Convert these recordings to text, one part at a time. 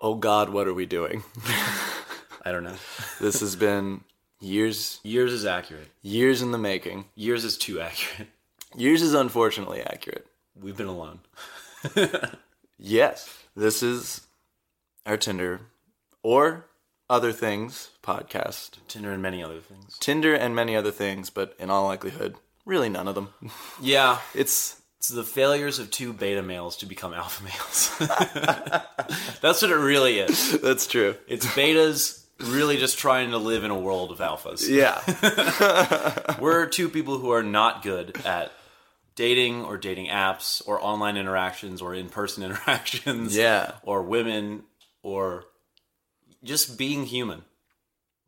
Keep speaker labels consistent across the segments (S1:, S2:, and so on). S1: oh God, what are we doing?
S2: I don't know.
S1: this has been years,
S2: Years is accurate.
S1: years in the making.
S2: Years is too accurate.
S1: Years is unfortunately accurate.
S2: We've been alone.
S1: Yes, this is our Tinder or other things podcast.
S2: Tinder and many other things.
S1: Tinder and many other things, but in all likelihood, really none of them.
S2: Yeah.
S1: It's
S2: It's the failures of two beta males to become alpha males. That's what it really is.
S1: that's true.
S2: It's betas really just trying to live in a world of alphas.
S1: Yeah.
S2: We're two people who are not good at dating or dating apps or online interactions or in person interactions
S1: Yeah.
S2: or women or just being human.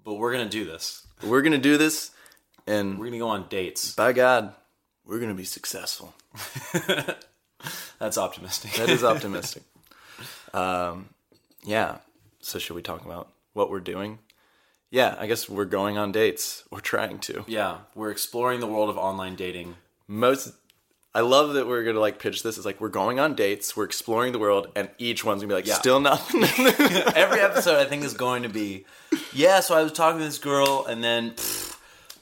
S2: But we're going to do this.
S1: We're going to do this
S2: We're
S1: and
S2: going to go on dates.
S1: by God, we're going to be successful.
S2: That's optimistic.
S1: That is optimistic. um, yeah. So should we talk about what we're doing? Yeah, I guess we're going on dates or trying to.
S2: yeah, we're exploring the world of online dating.
S1: Most I love that we're gonna like pitch this. It's like we're going on dates, we're exploring the world, and each one's gonna be like,
S2: Yeah.
S1: still nothing.
S2: Every episode, I think, is going to be, yeah, so I was talking to this girl and then pfft,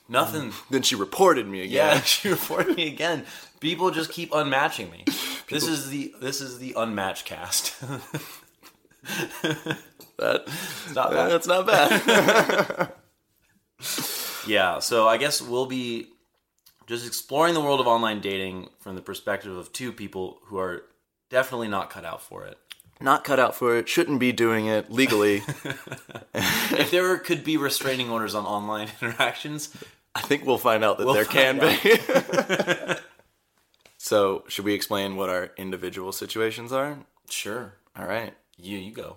S2: nothing.
S1: then she reported me
S2: Yeah,
S1: again.
S2: she reported me again. People just keep unmatching me. This is the this is the unmatched cast.
S1: That,
S2: Not that.
S1: that's not bad.
S2: Yeah, so I guess we'll be just exploring the world of online dating from the perspective of two people who are definitely not cut out for it.
S1: not cut out for it, shouldn't be doing it legally.
S2: If there could be restraining orders on online interactions,
S1: I think we'll find out that there can
S2: find
S1: be. so, should we explain what our individual situations are?
S2: sure.
S1: All right.
S2: You you go.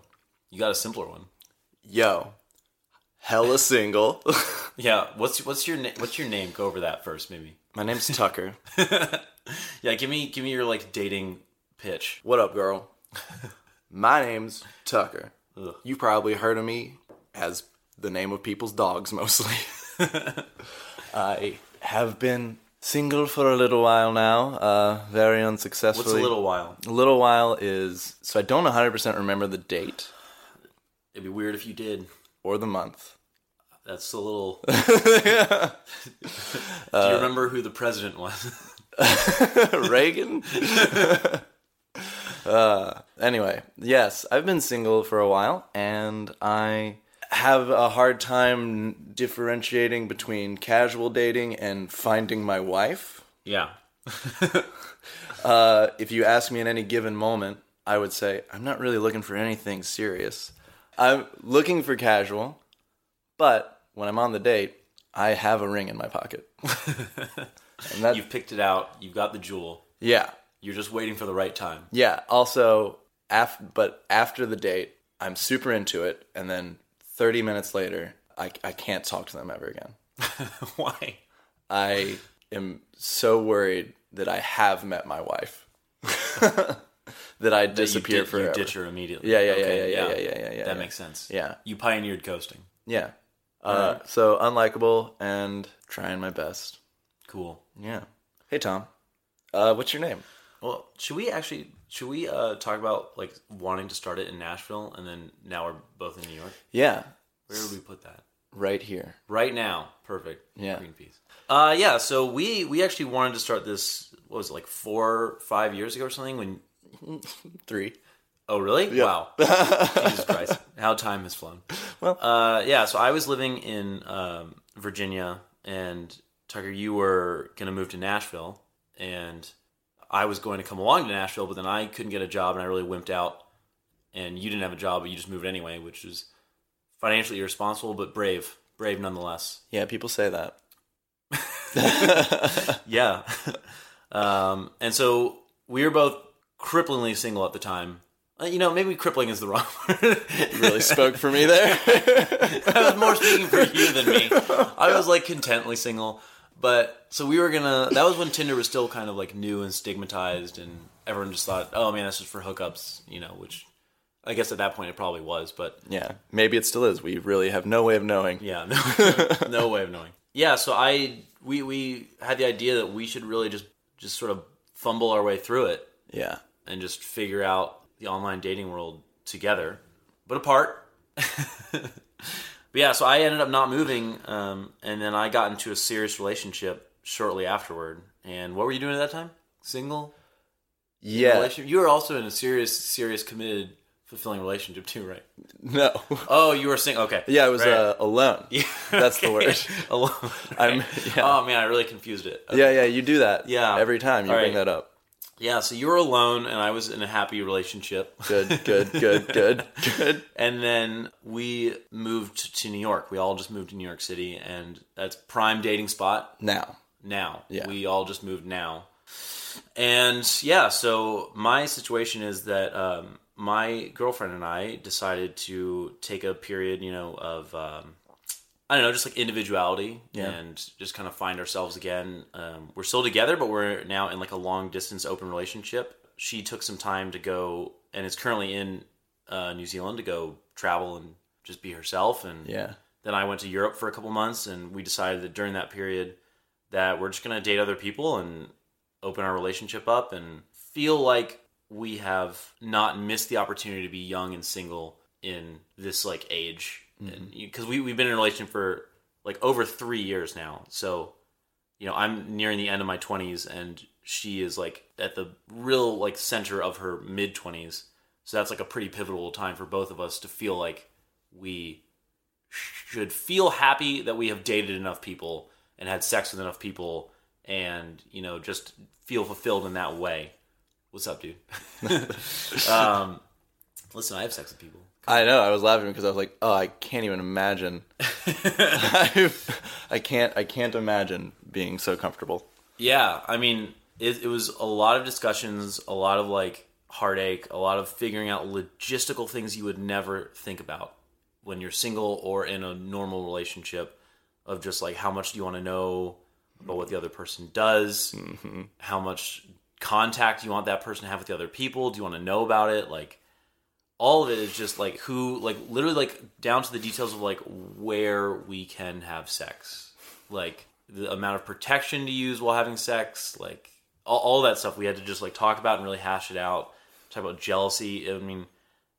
S2: You got a simpler one.
S1: Yo, hella single.
S2: Yeah, what's what's your na- what's your name? Go over that first maybe.
S1: My name's Tucker.
S2: Yeah, give me give me your like dating pitch.
S1: What up, girl? My name's Tucker.
S2: Ugh.
S1: You probably heard of me as the name of people's dogs mostly. I have been single for a little while now, uh, very unsuccessfully.
S2: What's a little while?
S1: A little while is so I don't 100% remember the date
S2: It'd be weird if you did.
S1: or the month.
S2: That's a little. Do
S1: Uh,
S2: you remember who the president was?
S1: Reagan. uh, anyway, yes, I've been single for a while, and I have a hard time differentiating between casual dating and finding my wife.
S2: yeah.
S1: Uh, if you ask me in any given moment, I would say I'm not really looking for anything serious. I'm looking for casual, but when I'm on the date, I have a ring in my pocket. and that,
S2: You've picked it out. You've got the jewel.
S1: yeah,
S2: You're just waiting for the right time.
S1: Yeah. Also, af- but after the date, I'm super into it, and then 30 minutes later, I I can't talk to them ever again.
S2: Why?
S1: I am so worried that I have met my wife, that I disappear
S2: you, di-
S1: forever.
S2: You ditch her immediately.
S1: Yeah, yeah, yeah, yeah, yeah, yeah, yeah, yeah,
S2: That
S1: yeah.
S2: makes sense.
S1: Yeah.
S2: You pioneered ghosting.
S1: yeah. Uh, So unlikable and trying my best.
S2: Cool.
S1: Yeah. Hey Tom, uh, what's your name?
S2: Well, should we actually should we uh, talk about like wanting to start it in Nashville and then now we're both in New York?
S1: Yeah,
S2: Where would we put that?
S1: right here.
S2: Right now, perfect.
S1: Yeah.
S2: Greenpeace. Uh, yeah. So we we actually wanted to start this. What was it like four, five years ago or something? When
S1: Three.
S2: oh really? Wow. Jesus Christ! How time has flown.
S1: Well.
S2: uh, yeah. So I was living in um, Virginia, and Tucker, you were gonna move to Nashville, and I was going to come along to Nashville, but then I couldn't get a job, and I really wimped out. And you didn't have a job, but you just moved anyway, which is financially irresponsible, but brave, brave nonetheless.
S1: Yeah, people say that.
S2: Yeah. um, and so we were both cripplingly single at the time. Uh, You know, maybe crippling is the wrong word.
S1: Really spoke for me there.
S2: I was more speaking for you than me. I was like contently single. But so we were gonna. That was when Tinder was still kind of like new and stigmatized, and everyone just thought, "Oh man, that's just for hookups," you know. Which I guess at that point it probably was, but
S1: Yeah, maybe it still is. We really have no way of knowing.
S2: Yeah, no, no way of knowing. Yeah, so I we we had the idea that we should really just just sort of fumble our way through it
S1: Yeah,
S2: and just figure out the online dating world together. but apart. but yeah, so I ended up not moving, um, and then I got into a serious relationship shortly afterward. And what were you doing at that time? Single?
S1: Yeah.
S2: Relationship? You were also in a serious, serious, committed, fulfilling relationship too, right?
S1: No.
S2: Oh, you were single. Okay.
S1: Yeah, I was
S2: Right.
S1: uh, alone. That's the
S2: Okay.
S1: word.
S2: Alone.
S1: I'm-
S2: right.
S1: yeah.
S2: Oh man, I really confused it. Uh, Okay.
S1: Yeah, yeah, you do that.
S2: Yeah.
S1: Every time you
S2: All
S1: bring
S2: right.
S1: that up.
S2: Yeah, so you were alone, and I was in a happy relationship.
S1: Good, good, good, good, good.
S2: And then we moved to New York. We all just moved to New York City, and that's prime dating spot
S1: Now.
S2: now.
S1: Yeah.
S2: We all just moved now. And yeah, so my situation is that um, my girlfriend and I decided to take a period, you know, of um, I don't know, just like individuality
S1: Yeah.
S2: and just kind of find ourselves again. Um, we're still together, but we're now in like a long distance open relationship. She took some time to go and is currently in uh, New Zealand to go travel and just be herself. And
S1: Yeah.
S2: then I went to Europe for a couple months, and we decided that during that period that we're just gonna date other people and open our relationship up and feel like we have not missed the opportunity to be young and single in this like age because we, we've been in a relationship for like over three years now so you know i'm nearing the end of my 20s and she is like at the real like center of her mid 20s so that's like a pretty pivotal time for both of us to feel like we should feel happy that we have dated enough people and had sex with enough people and you know just feel fulfilled in that way what's up dude um, listen i have sex with people
S1: I know. I was laughing because I was like, "Oh, I can't even imagine. I've, I can't. I can't imagine being so comfortable."
S2: Yeah, I mean, it, it was a lot of discussions, a lot of like heartache, a lot of figuring out logistical things you would never think about when you're single or in a normal relationship of just like how much do you want to know about what the other person does, how much contact you want that person to have with the other people, do you want to know about it, like all of it is just like who like literally like down to the details of like where we can have sex like the amount of protection to use while having sex like all, all that stuff we had to just like talk about and really hash it out talk about jealousy i mean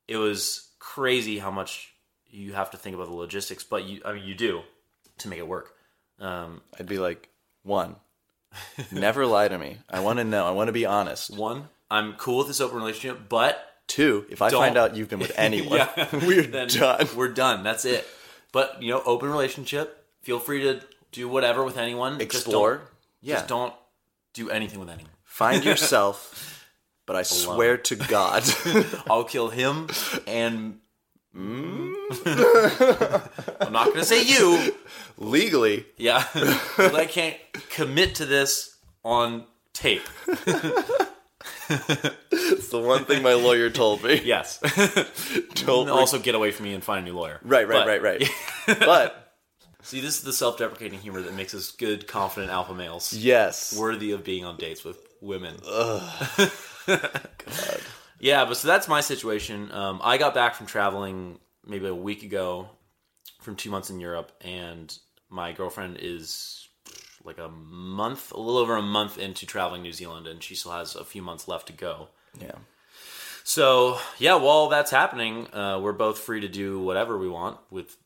S2: it was crazy how much you have to think about the logistics but you i mean you do to make it work um
S1: I'd be like, "One, never lie to me. I want to know. I want to be honest.
S2: one i'm cool with this open relationship but
S1: Two, if I
S2: Don't-
S1: find out you've been with anyone,
S2: Yeah.
S1: we're
S2: then
S1: done."
S2: We're done. That's it. But you know, open relationship. Feel free to do whatever with anyone.
S1: Explore.
S2: Just don't,
S1: Yeah.
S2: Just don't do anything with anyone.
S1: Find yourself. But I swear to God,
S2: I'll kill him and. mm. I'm not gonna say you.
S1: legally,
S2: Yeah, but I can't commit to this on tape.
S1: it's the one thing my lawyer told me.
S2: Yes.
S1: Don't
S2: And also, get away from me and find a new lawyer.
S1: Right, right,
S2: But-
S1: right, right. but
S2: See, this is the self-deprecating humor that makes us good, confident alpha males.
S1: yes,
S2: worthy of being on dates with women. Yeah, but so that's my situation. Um, I got back from traveling maybe a week ago from two months in Europe, and my girlfriend is like a month, a little over a month into traveling New Zealand, and she still has a few months left to go.
S1: yeah,
S2: So yeah, while that's happening, uh, we're both free to do whatever we want with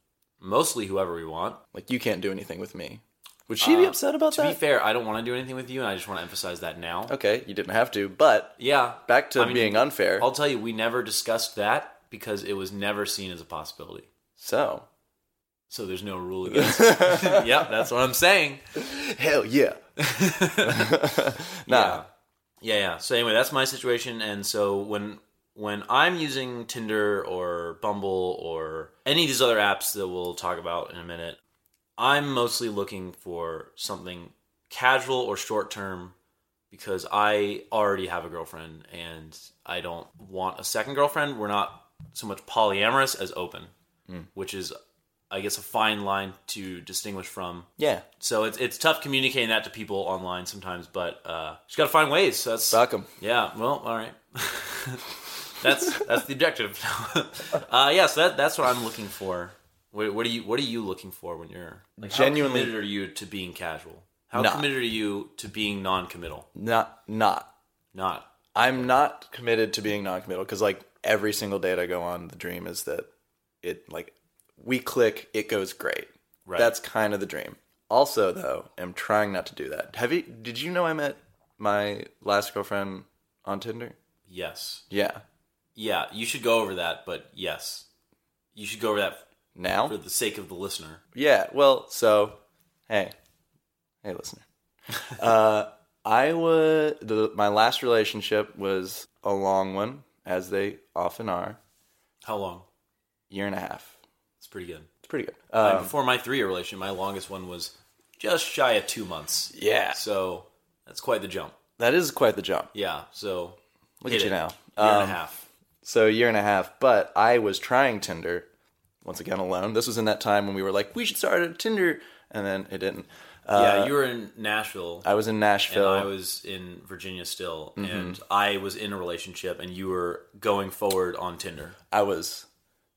S2: mostly whoever we want.
S1: like you can't do anything with me. Would she be upset about
S2: Uh, To be
S1: that?
S2: fair, I don't want to do anything with you, and I just want to emphasize that now.
S1: okay, you didn't have to, but
S2: Yeah,
S1: back to
S2: I mean,
S1: being unfair.
S2: I'll tell you, we never discussed that because it was never seen as a possibility.
S1: so
S2: So there's no rule against it. yep, that's what I'm saying.
S1: hell yeah,
S2: Yeah. Yeah, yeah. So anyway, that's my situation and so when when I'm using Tinder or Bumble or any of these other apps that we'll talk about in a minute, I'm mostly looking for something casual or short term because I already have a girlfriend and I don't want a second girlfriend. We're not so much polyamorous as open, which is I guess a fine line to distinguish from
S1: yeah.
S2: so it's it's tough communicating that to people online sometimes, but uh, just got to find ways. So that's
S1: Fuck 'em.
S2: yeah. Well, all right. that's that's the objective. uh, yeah. So that that's what I'm looking for. What, what are you What are you looking for when you're like,
S1: Genuinely-
S2: How committed are you to being casual? How
S1: Nah.
S2: committed are you to being non-committal?
S1: Not not.
S2: Not.
S1: I'm not committed to being non-committal because like every single date I go on, the dream is that it like we click, it goes great.
S2: Right.
S1: That's kind of the dream. Also, though, am trying not to do that. Have you? Did you know I met my last girlfriend on Tinder?
S2: Yes.
S1: Yeah.
S2: Yeah, you should go over that, but yes. You should go over that
S1: Now?
S2: for the sake of the listener.
S1: Yeah, well, so hey, hey, listener. uh, I was the, my last relationship was a long one, as they often are,
S2: How long?
S1: year and a half.
S2: It's pretty good.
S1: It's pretty good.
S2: Uh,
S1: Um,
S2: Before my three year relationship, my longest one was just shy of two months.
S1: yeah,
S2: So that's quite the jump.
S1: that is quite the jump.
S2: Yeah. So
S1: Look
S2: hit
S1: at you
S2: it.
S1: now.
S2: Year
S1: Um,
S2: and a half.
S1: So year and a half, but I was trying Tinder once again alone. This was in that time when we were like, we should start a Tinder, and then it didn't. Uh,
S2: yeah, you were in Nashville.
S1: I was in
S2: and
S1: Nashville.
S2: I was in Virginia still,
S1: Mm-hmm.
S2: and I was in a relationship, and you were going forward on Tinder.
S1: I was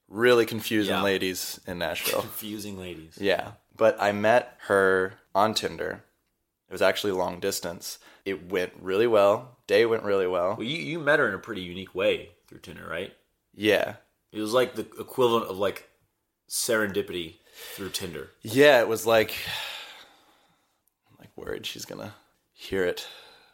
S1: really confusing
S2: Yeah.
S1: ladies in Nashville.
S2: Confusing ladies.
S1: Yeah. But I met her on Tinder. It was actually long distance. It went really well. Day went really well.
S2: Well, you, you met her in a pretty unique way through Tinder, right?
S1: Yeah.
S2: It was like the equivalent of like serendipity through Tinder.
S1: Yeah, it was like I'm like worried she's going to hear it,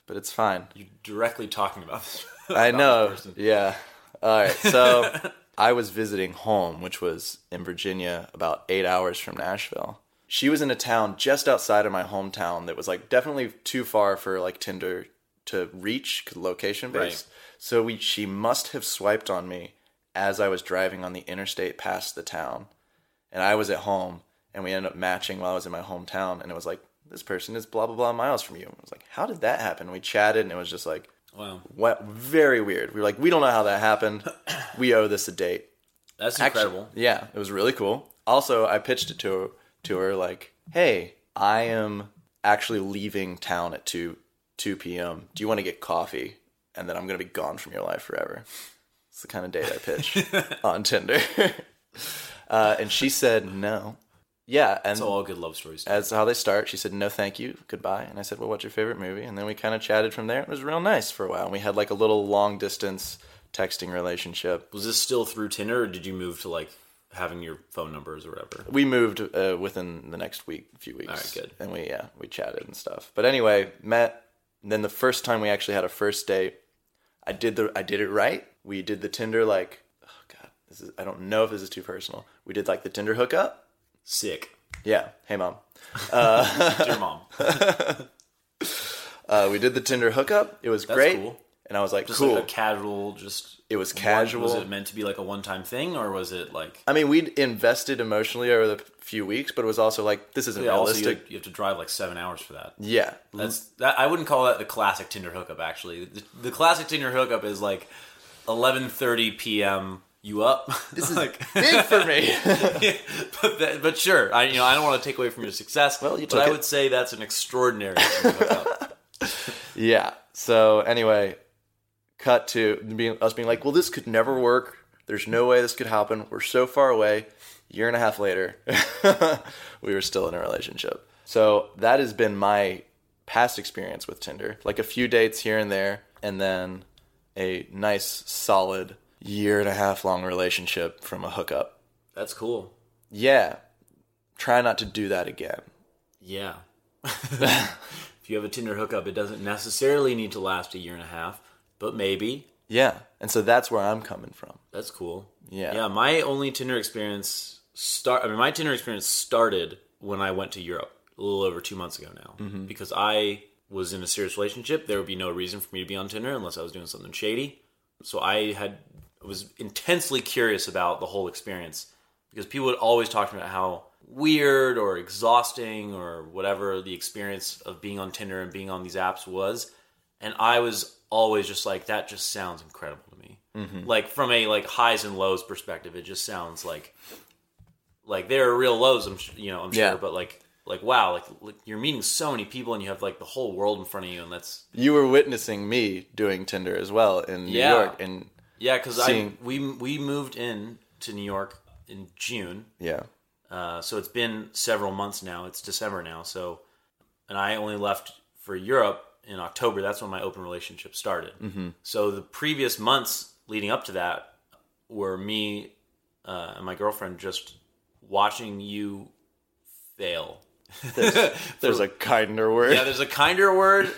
S1: but it's fine.
S2: You're directly talking about this.
S1: I know. Yeah. All right. So I was visiting home, which was in Virginia, about eight hours from Nashville. She was in a town just outside of my hometown that was like definitely too far for like Tinder to reach, location based. So we, she must have swiped on me as I was driving on the interstate past the town, and I was at home, and we ended up matching while I was in my hometown, and it was like. This person is blah blah blah miles from you. I was like, "How did that happen?" We chatted, and it was just like,
S2: Wow,
S1: what very weird. We were like, we don't know how that happened. We owe this a date.
S2: that's
S1: Actu-
S2: incredible.
S1: yeah, it was really cool. Also, I pitched it to her, to her like, hey, I am actually leaving town at two two p.m. Do you want to get coffee? And then I'm gonna be gone from your life forever. It's the kind of date I pitch on Tinder. uh, and she said no. Yeah, and
S2: It's all good love stories.
S1: as to how they start. She said, "No, thank you, goodbye." And I said, "Well, what's your favorite movie?" And then we kind of chatted from there. It was real nice for a while. And we had like a little long distance texting relationship.
S2: Was this still through Tinder, or did you move to like having your phone numbers or whatever?
S1: We moved uh, within the next week, few weeks. All
S2: right, good.
S1: And we yeah, we chatted and stuff. But anyway, met. Then the first time we actually had a first date, I did the I did it right. We did the Tinder like, oh god, this is I don't know if this is too personal. We did like the Tinder hookup.
S2: Sick.
S1: Yeah, hey mom.
S2: Dear mom,
S1: Uh, we did the Tinder hookup. It was great.
S2: cool.
S1: And I was like,
S2: just
S1: cool.
S2: like a casual. Just
S1: It was
S2: one-
S1: casual.
S2: Was it meant to be like a one-time thing, or was it like
S1: I mean, we'd invested emotionally over the few weeks, but it was also like this isn't
S2: yeah, Mm-hmm. also you,
S1: realistic.
S2: you have to drive like seven hours for that?
S1: yeah,
S2: That's that. I wouldn't call that the classic Tinder hookup. Actually, the, the classic Tinder hookup is like eleven thirty p.m. You up? This
S1: is
S2: like,
S1: big for me.
S2: but, that, but sure, I you know I don't want to take away from your success.
S1: Well, you
S2: but
S1: took
S2: I
S1: it.
S2: would say that's an extraordinary Tinder hookup.
S1: yeah. So anyway, cut to being, us being like, well, this could never work. There's no way this could happen. We're so far away. Year and a half later, we were still in a relationship. So that has been my past experience with Tinder. Like a few dates here and there, and then a nice, solid year and a half long relationship from a hookup.
S2: That's cool.
S1: yeah, try not to do that again.
S2: Yeah. if you have a Tinder hookup, it doesn't necessarily need to last a year and a half, but maybe
S1: Yeah. And so that's where I'm coming from.
S2: That's cool.
S1: Yeah.
S2: Yeah. My only Tinder experience start. I mean, my Tinder experience started when I went to Europe a little over two months ago now, because I was in a serious relationship. There would be no reason for me to be on Tinder unless I was doing something shady. So I had I was intensely curious about the whole experience because people would always talk to me about how weird or exhausting or whatever the experience of being on Tinder and being on these apps was, and I was always just like that. Just sounds incredible to me.
S1: Mm-hmm.
S2: Like from a like highs and lows perspective, it just sounds like like there are real lows. I'm sh- you know I'm sure,
S1: Yeah.
S2: but like like wow, like, like you're meeting so many people and you have like the whole world in front of you, and that's
S1: You were witnessing me doing Tinder as well in New
S2: Yeah.
S1: York. And
S2: yeah. Because I
S1: Seeing-
S2: we we moved in to New York in June.
S1: yeah.
S2: Uh, so it's been several months now. It's December now. So, and I only left for Europe in October. That's when my open relationship started. So the previous months leading up to that were me uh, and my girlfriend just watching you fail.
S1: There's a kinder word,
S2: Yeah, there's a kinder word,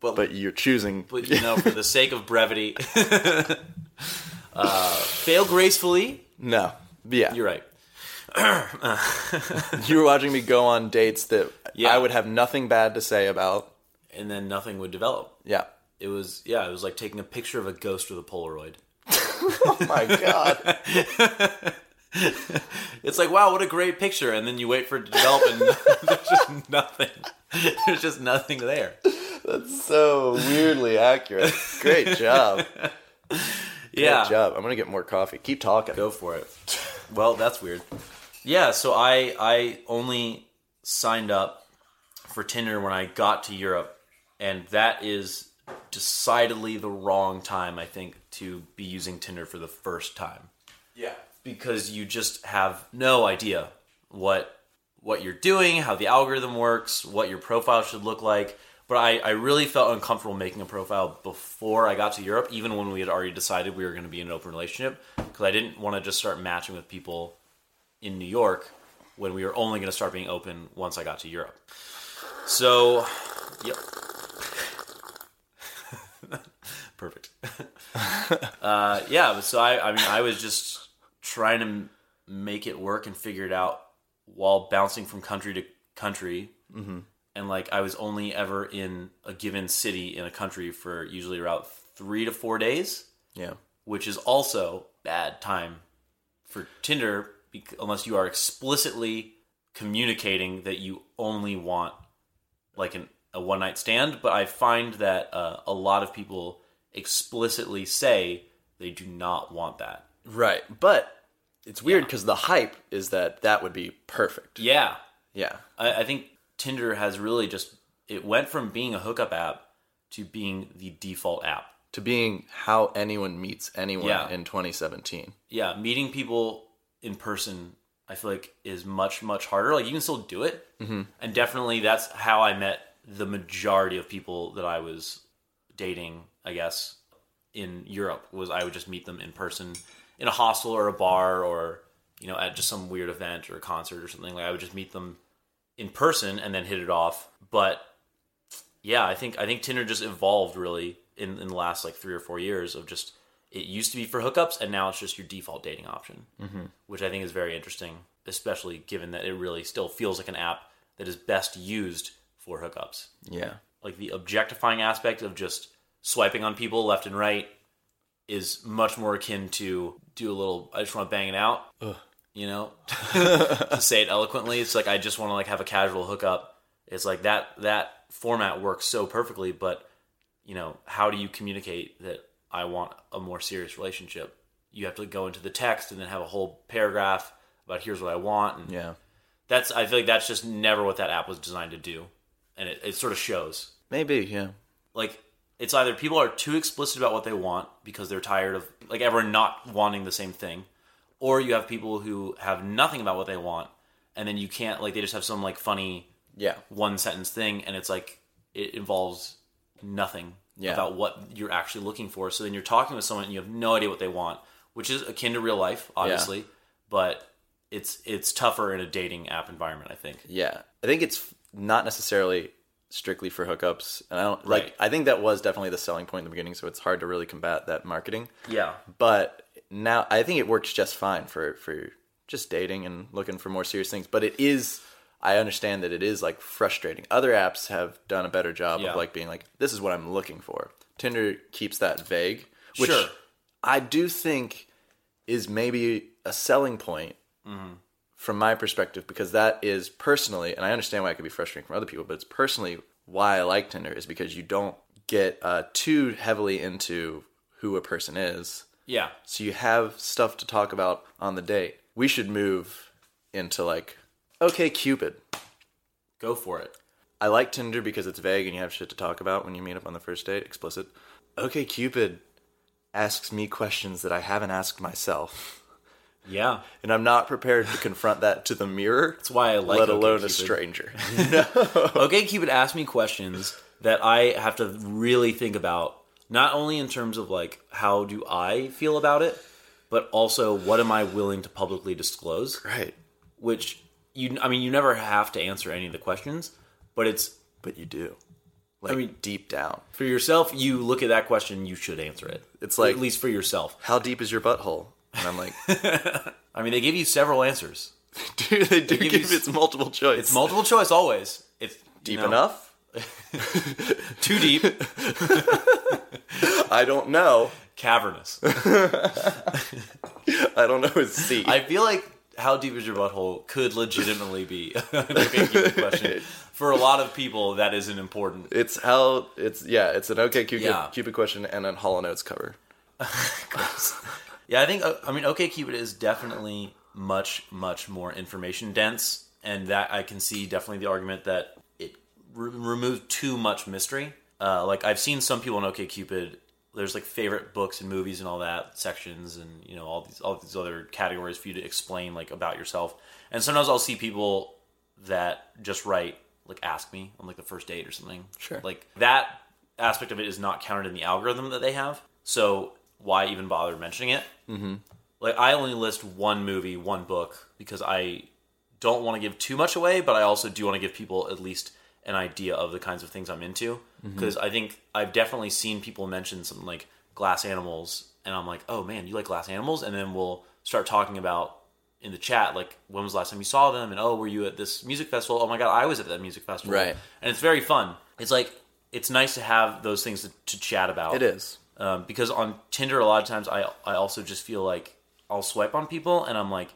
S2: but
S1: but you're choosing.
S2: but you know, for the sake of brevity, uh, fail gracefully.
S1: no, yeah,
S2: You're right.
S1: you were watching me go on dates that
S2: Yeah.
S1: I would have nothing bad to say about.
S2: And then nothing would develop.
S1: Yeah.
S2: It was yeah, it was like taking a picture of a ghost with a Polaroid.
S1: Oh my god.
S2: It's like wow, what a great picture, and then you wait for it to develop, and there's just nothing. There's just nothing there.
S1: so weirdly accurate. Great job.
S2: Yeah,
S1: Good job. I'm gonna get more coffee. Keep talking.
S2: go for it. Well, that's weird. Yeah, so I I only signed up for Tinder when I got to Europe, and that is decidedly the wrong time I think to be using Tinder for the first time.
S1: Yeah.
S2: because you just have no idea what what you're doing, how the algorithm works, what your profile should look like. But I, I really felt uncomfortable making a profile before I got to Europe, even when we had already decided we were going to be in an open relationship, because I didn't want to just start matching with people in New York when we were only going to start being open once I got to Europe. So, yep. Perfect. uh, yeah, but so I, I mean, I was just trying to m- make it work and figure it out while bouncing from country to country. Mm-hmm. And like, I was only ever in a given city in a country for usually about three to four days
S1: Yeah.
S2: which is also bad time for Tinder bec- unless you are explicitly communicating that you only want like an, a one night stand. But I find that uh, a lot of people explicitly say they do not want that.
S1: Right. But it's weird because the hype is that that would be perfect.
S2: Yeah,
S1: Yeah.
S2: I, I think Tinder has really just it went from being a hookup app to being the default app.
S1: To being how anyone meets anyone
S2: Yeah.
S1: in 2017.
S2: yeah, meeting people in person, I feel like is much much harder. Like you can still do it, mm-hmm. and definitely that's how I met the majority of people that I was dating. I guess in Europe was I would just meet them in person in a hostel or a bar or you know at just some weird event or a concert or something. Like I would just meet them in person and then hit it off. But yeah, I think I think Tinder just evolved really in, in the last like three or four years of just it used to be for hookups and now it's just your default dating option, mm-hmm. which I think is very interesting, especially given that it really still feels like an app that is best used for hookups.
S1: Yeah.
S2: Like the objectifying aspect of just swiping on people left and right is much more akin to do a little. I just want to bang it out. You know, to say it eloquently, it's like I just want to like have a casual hookup. It's like that that format works so perfectly, but you know, how do you communicate that I want a more serious relationship? You have to go into the text and then have a whole paragraph about here's what I want, and
S1: Yeah.
S2: that's I feel like that's just never what that app was designed to do, and it, it sort of shows
S1: Maybe. Yeah.
S2: like it's either people are too explicit about what they want because they're tired of like everyone not wanting the same thing or you have people who have nothing about what they want and then you can't like they just have some like funny
S1: Yeah.
S2: one sentence thing and it's like it involves nothing
S1: Yeah.
S2: about what you're actually looking for so then you're talking with someone and you have no idea what they want which is akin to real life obviously but it's it's tougher in a dating app environment i think
S1: Yeah. I think it's not necessarily strictly for hookups. And I don't like,
S2: Right.
S1: I think that was definitely the selling point in the beginning. So it's hard to really combat that marketing.
S2: yeah
S1: but now I think it works just fine for for just dating and looking for more serious things. But it is I understand that it is like frustrating. Other apps have done a better job
S2: Yeah.
S1: of like being like this is what I'm looking for. Tinder keeps that vague, which
S2: Sure.
S1: I do think is maybe a selling point
S2: Mm-hmm.
S1: from my perspective because that is personally, and I understand why it could be frustrating from other people, but it's personally why I like Tinder is because you don't get uh, too heavily into who a person is
S2: yeah
S1: so you have stuff to talk about on the date. We should move into like, okay, Cupid.
S2: go for it
S1: I like Tinder because it's vague and you have shit to talk about when you meet up on the first date, explicit. Okay, Cupid asks me questions that I haven't asked myself,
S2: yeah
S1: and I'm not prepared to confront that to the mirror,
S2: that's why i like
S1: let alone a
S2: OkCupid.
S1: stranger.
S2: okay cupid asked me questions that i have to really think about not only in terms of like how do i feel about it but also what am I willing to publicly disclose?
S1: Right.
S2: Which you, I mean, you never have to answer any of the questions, but it's
S1: But you do. Like
S2: mean-
S1: deep down.
S2: for yourself. You look at that question, you should answer it.
S1: It's like-
S2: at least for yourself.
S1: How deep is your butthole? And I'm like,
S2: I mean, they give you several answers.
S1: dude, they do
S2: give
S1: give,
S2: you s-
S1: it's multiple choice.
S2: It's multiple choice always. It's
S1: deep
S2: you know,
S1: enough?
S2: too deep,
S1: I don't know.
S2: cavernous.
S1: I don't know his C.
S2: I feel like how deep is your butthole could legitimately be an okay Cupid question. For a lot of people, that isn't important.
S1: It's how it's yeah. It's an okay Cupid,
S2: Yeah.
S1: Cupid question and a Hollow Notes cover.
S2: Yeah, I think uh, I mean okay Cupid is definitely much much more information dense, and that I can see definitely the argument that it re- removes too much mystery. Uh, like I've seen some people on okay Cupid. There's like favorite books and movies and all that sections and you know all these all these other categories for you to explain like about yourself. And sometimes I'll see people that just write like ask me on like the first date or something.
S1: Sure.
S2: Like that aspect of it is not counted in the algorithm that they have. So why even bother mentioning it? Mm-hmm. Like I only list one movie, one book because I don't want to give too much away, but I also do want to give people at least an idea of the kinds of things I'm into
S1: Mm-hmm.
S2: because I think I've definitely seen people mention something like glass animals and I'm like, "Oh man, you like glass animals?" and then we'll start talking about in the chat like when was the last time you saw them and oh, were you at this music festival? Oh my god, I was at that music festival.
S1: Right.
S2: And it's very fun. It's like it's nice to have those things to, to chat about
S1: It is.
S2: um, because on Tinder a lot of times I I also just feel like I'll swipe on people and I'm like,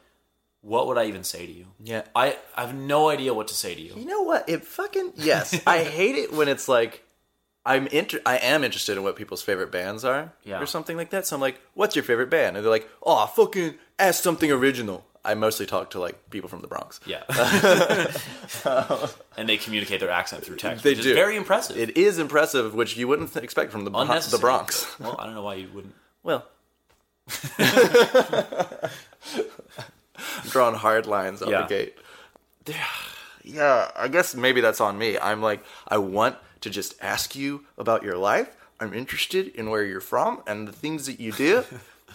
S2: what would I even say to you?
S1: Yeah.
S2: I I have no idea what to say to you.
S1: You know what? It fucking yes. I hate it when it's like I'm inter- I am interested in what people's favorite bands are
S2: Yeah.
S1: or something like that. So I'm like, "What's your favorite band?" And they're like, "Oh, fucking ask something original." I mostly talk to like people from the Bronx.
S2: Yeah, and they communicate their accent through text.
S1: They
S2: which
S1: do.
S2: Is very impressive.
S1: It is impressive, which you wouldn't th- expect from the Bro- the
S2: Unnecessary.
S1: Bronx.
S2: well, I don't know why you wouldn't.
S1: Well, I'm drawing hard lines out
S2: Yeah.
S1: the gate. Yeah, Yeah, I guess maybe that's on me. I'm like, I want to just ask you about your life. I'm interested in where you're from and the things that you do.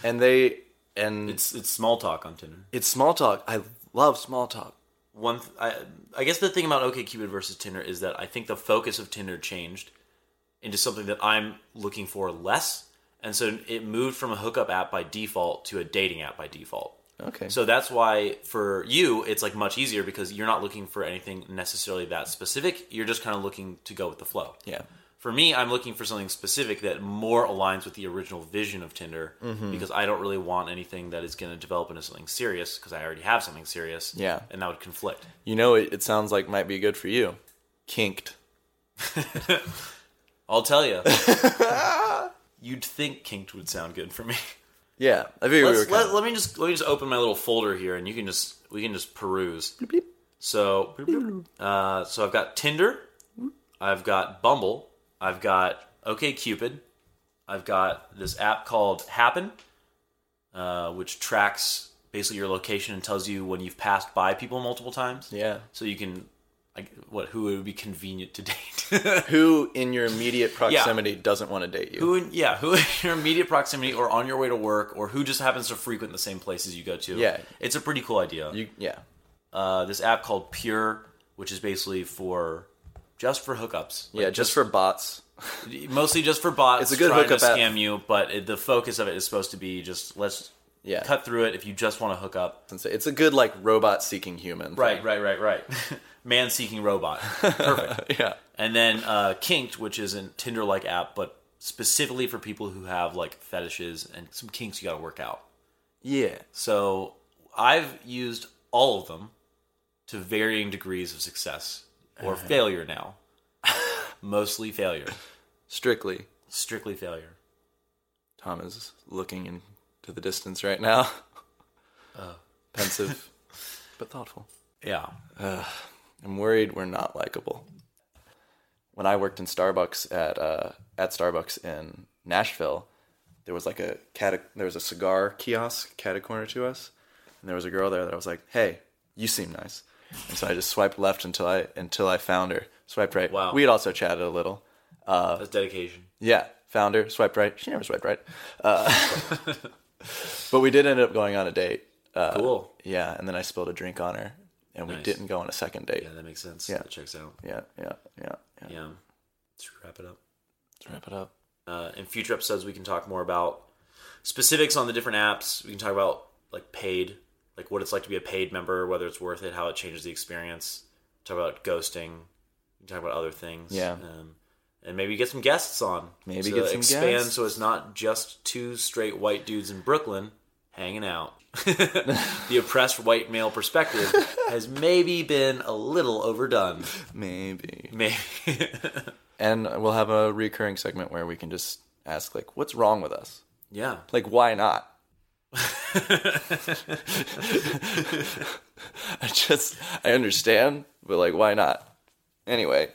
S1: and they, and it's,
S2: It's it's small talk on Tinder.
S1: it's small talk. I love small talk.
S2: one th- I, I guess the thing about OkCupid versus Tinder is that I think the focus of Tinder changed into something that I'm looking for less, and so it moved from a hookup app by default to a dating app by default.
S1: Okay.
S2: So that's why for you it's like much easier because you're not looking for anything necessarily that specific. You're just kind of looking to go with the flow.
S1: yeah.
S2: For me, I'm looking for something specific that more aligns with the original vision of Tinder
S1: Mm-hmm.
S2: because I don't really want anything that is going to develop into something serious because I already have something serious.
S1: Yeah.
S2: And that would conflict.
S1: You know, it, it sounds like might be good for you. Kinked.
S2: I'll tell you. You'd think kinked would sound good for me.
S1: Yeah. I figured we were
S2: Let's,
S1: kind
S2: let, let me just let me just open my little folder here, and you can just we can just peruse.
S1: bleep.
S2: So, uh, so I've got Tinder, I've got Bumble, I've got OkCupid, I've got this app called Happen, uh, which tracks basically your location and tells you when you've passed by people multiple times.
S1: yeah.
S2: So you can, like, what who it would be convenient to date.
S1: Who in your immediate proximity doesn't want to date you?
S2: who in, yeah who in your immediate proximity or on your way to work or who just happens to frequent the same places you go to
S1: Yeah.
S2: it's a pretty cool idea
S1: You yeah.
S2: uh, this app called pure which is basically for just for hookups Like,
S1: yeah, just, for bots.
S2: mostly just for bots it's
S1: a good
S2: trying
S1: hookup
S2: to
S1: app.
S2: scam you but it, the focus of it is supposed to be just let's
S1: Yeah.
S2: cut through it if you just want to hook up
S1: And so It's a good like robot seeking human. thing.
S2: right right right right man seeking robot perfect
S1: Yeah.
S2: And then uh, Kinked, which is a Tinder like app, but specifically for people who have like fetishes and some kinks you got to work out.
S1: Yeah.
S2: So I've used all of them to varying degrees of success or failure now. Mostly failure,
S1: Strictly.
S2: strictly failure.
S1: Tom is looking into the distance right now.
S2: Oh.
S1: Pensive but thoughtful.
S2: Yeah.
S1: I'm worried we're not likable. When I worked in Starbucks at uh, at Starbucks in Nashville, there was like a cat there was a cigar kiosk cat a corner to us, and there was a girl there that I was like, "Hey, you seem nice," and so I just swiped left until I until I found her. Swiped right.
S2: Wow.
S1: We had also chatted a little.
S2: That's dedication.
S1: Yeah, found her. Swiped right. She never swiped right. Uh, But we did end up going on a date. Uh,
S2: Cool.
S1: Yeah, and then I spilled a drink on her, and we
S2: Nice.
S1: didn't go on a second date.
S2: Yeah, that makes sense.
S1: Yeah.
S2: That checks out.
S1: Yeah, yeah, yeah. yeah.
S2: Yeah. Let's wrap it up.
S1: Let's wrap it up.
S2: Uh, in future episodes, we can talk more about specifics on the different apps. We can talk about like paid, like what it's like to be a paid member, whether it's worth it, how it changes the experience. Talk about ghosting. We can talk about other things.
S1: Yeah.
S2: Um, and maybe get some guests on.
S1: Maybe
S2: to
S1: get some
S2: expand
S1: guests.
S2: so it's not just two straight white dudes in Brooklyn hanging out. the oppressed white male perspective has maybe been a little overdone.
S1: Maybe.
S2: Maybe.
S1: And we'll have a recurring segment where we can just ask, like, what's wrong with us?
S2: yeah.
S1: Like, why not? I just, I understand, but like, why not? Anyway,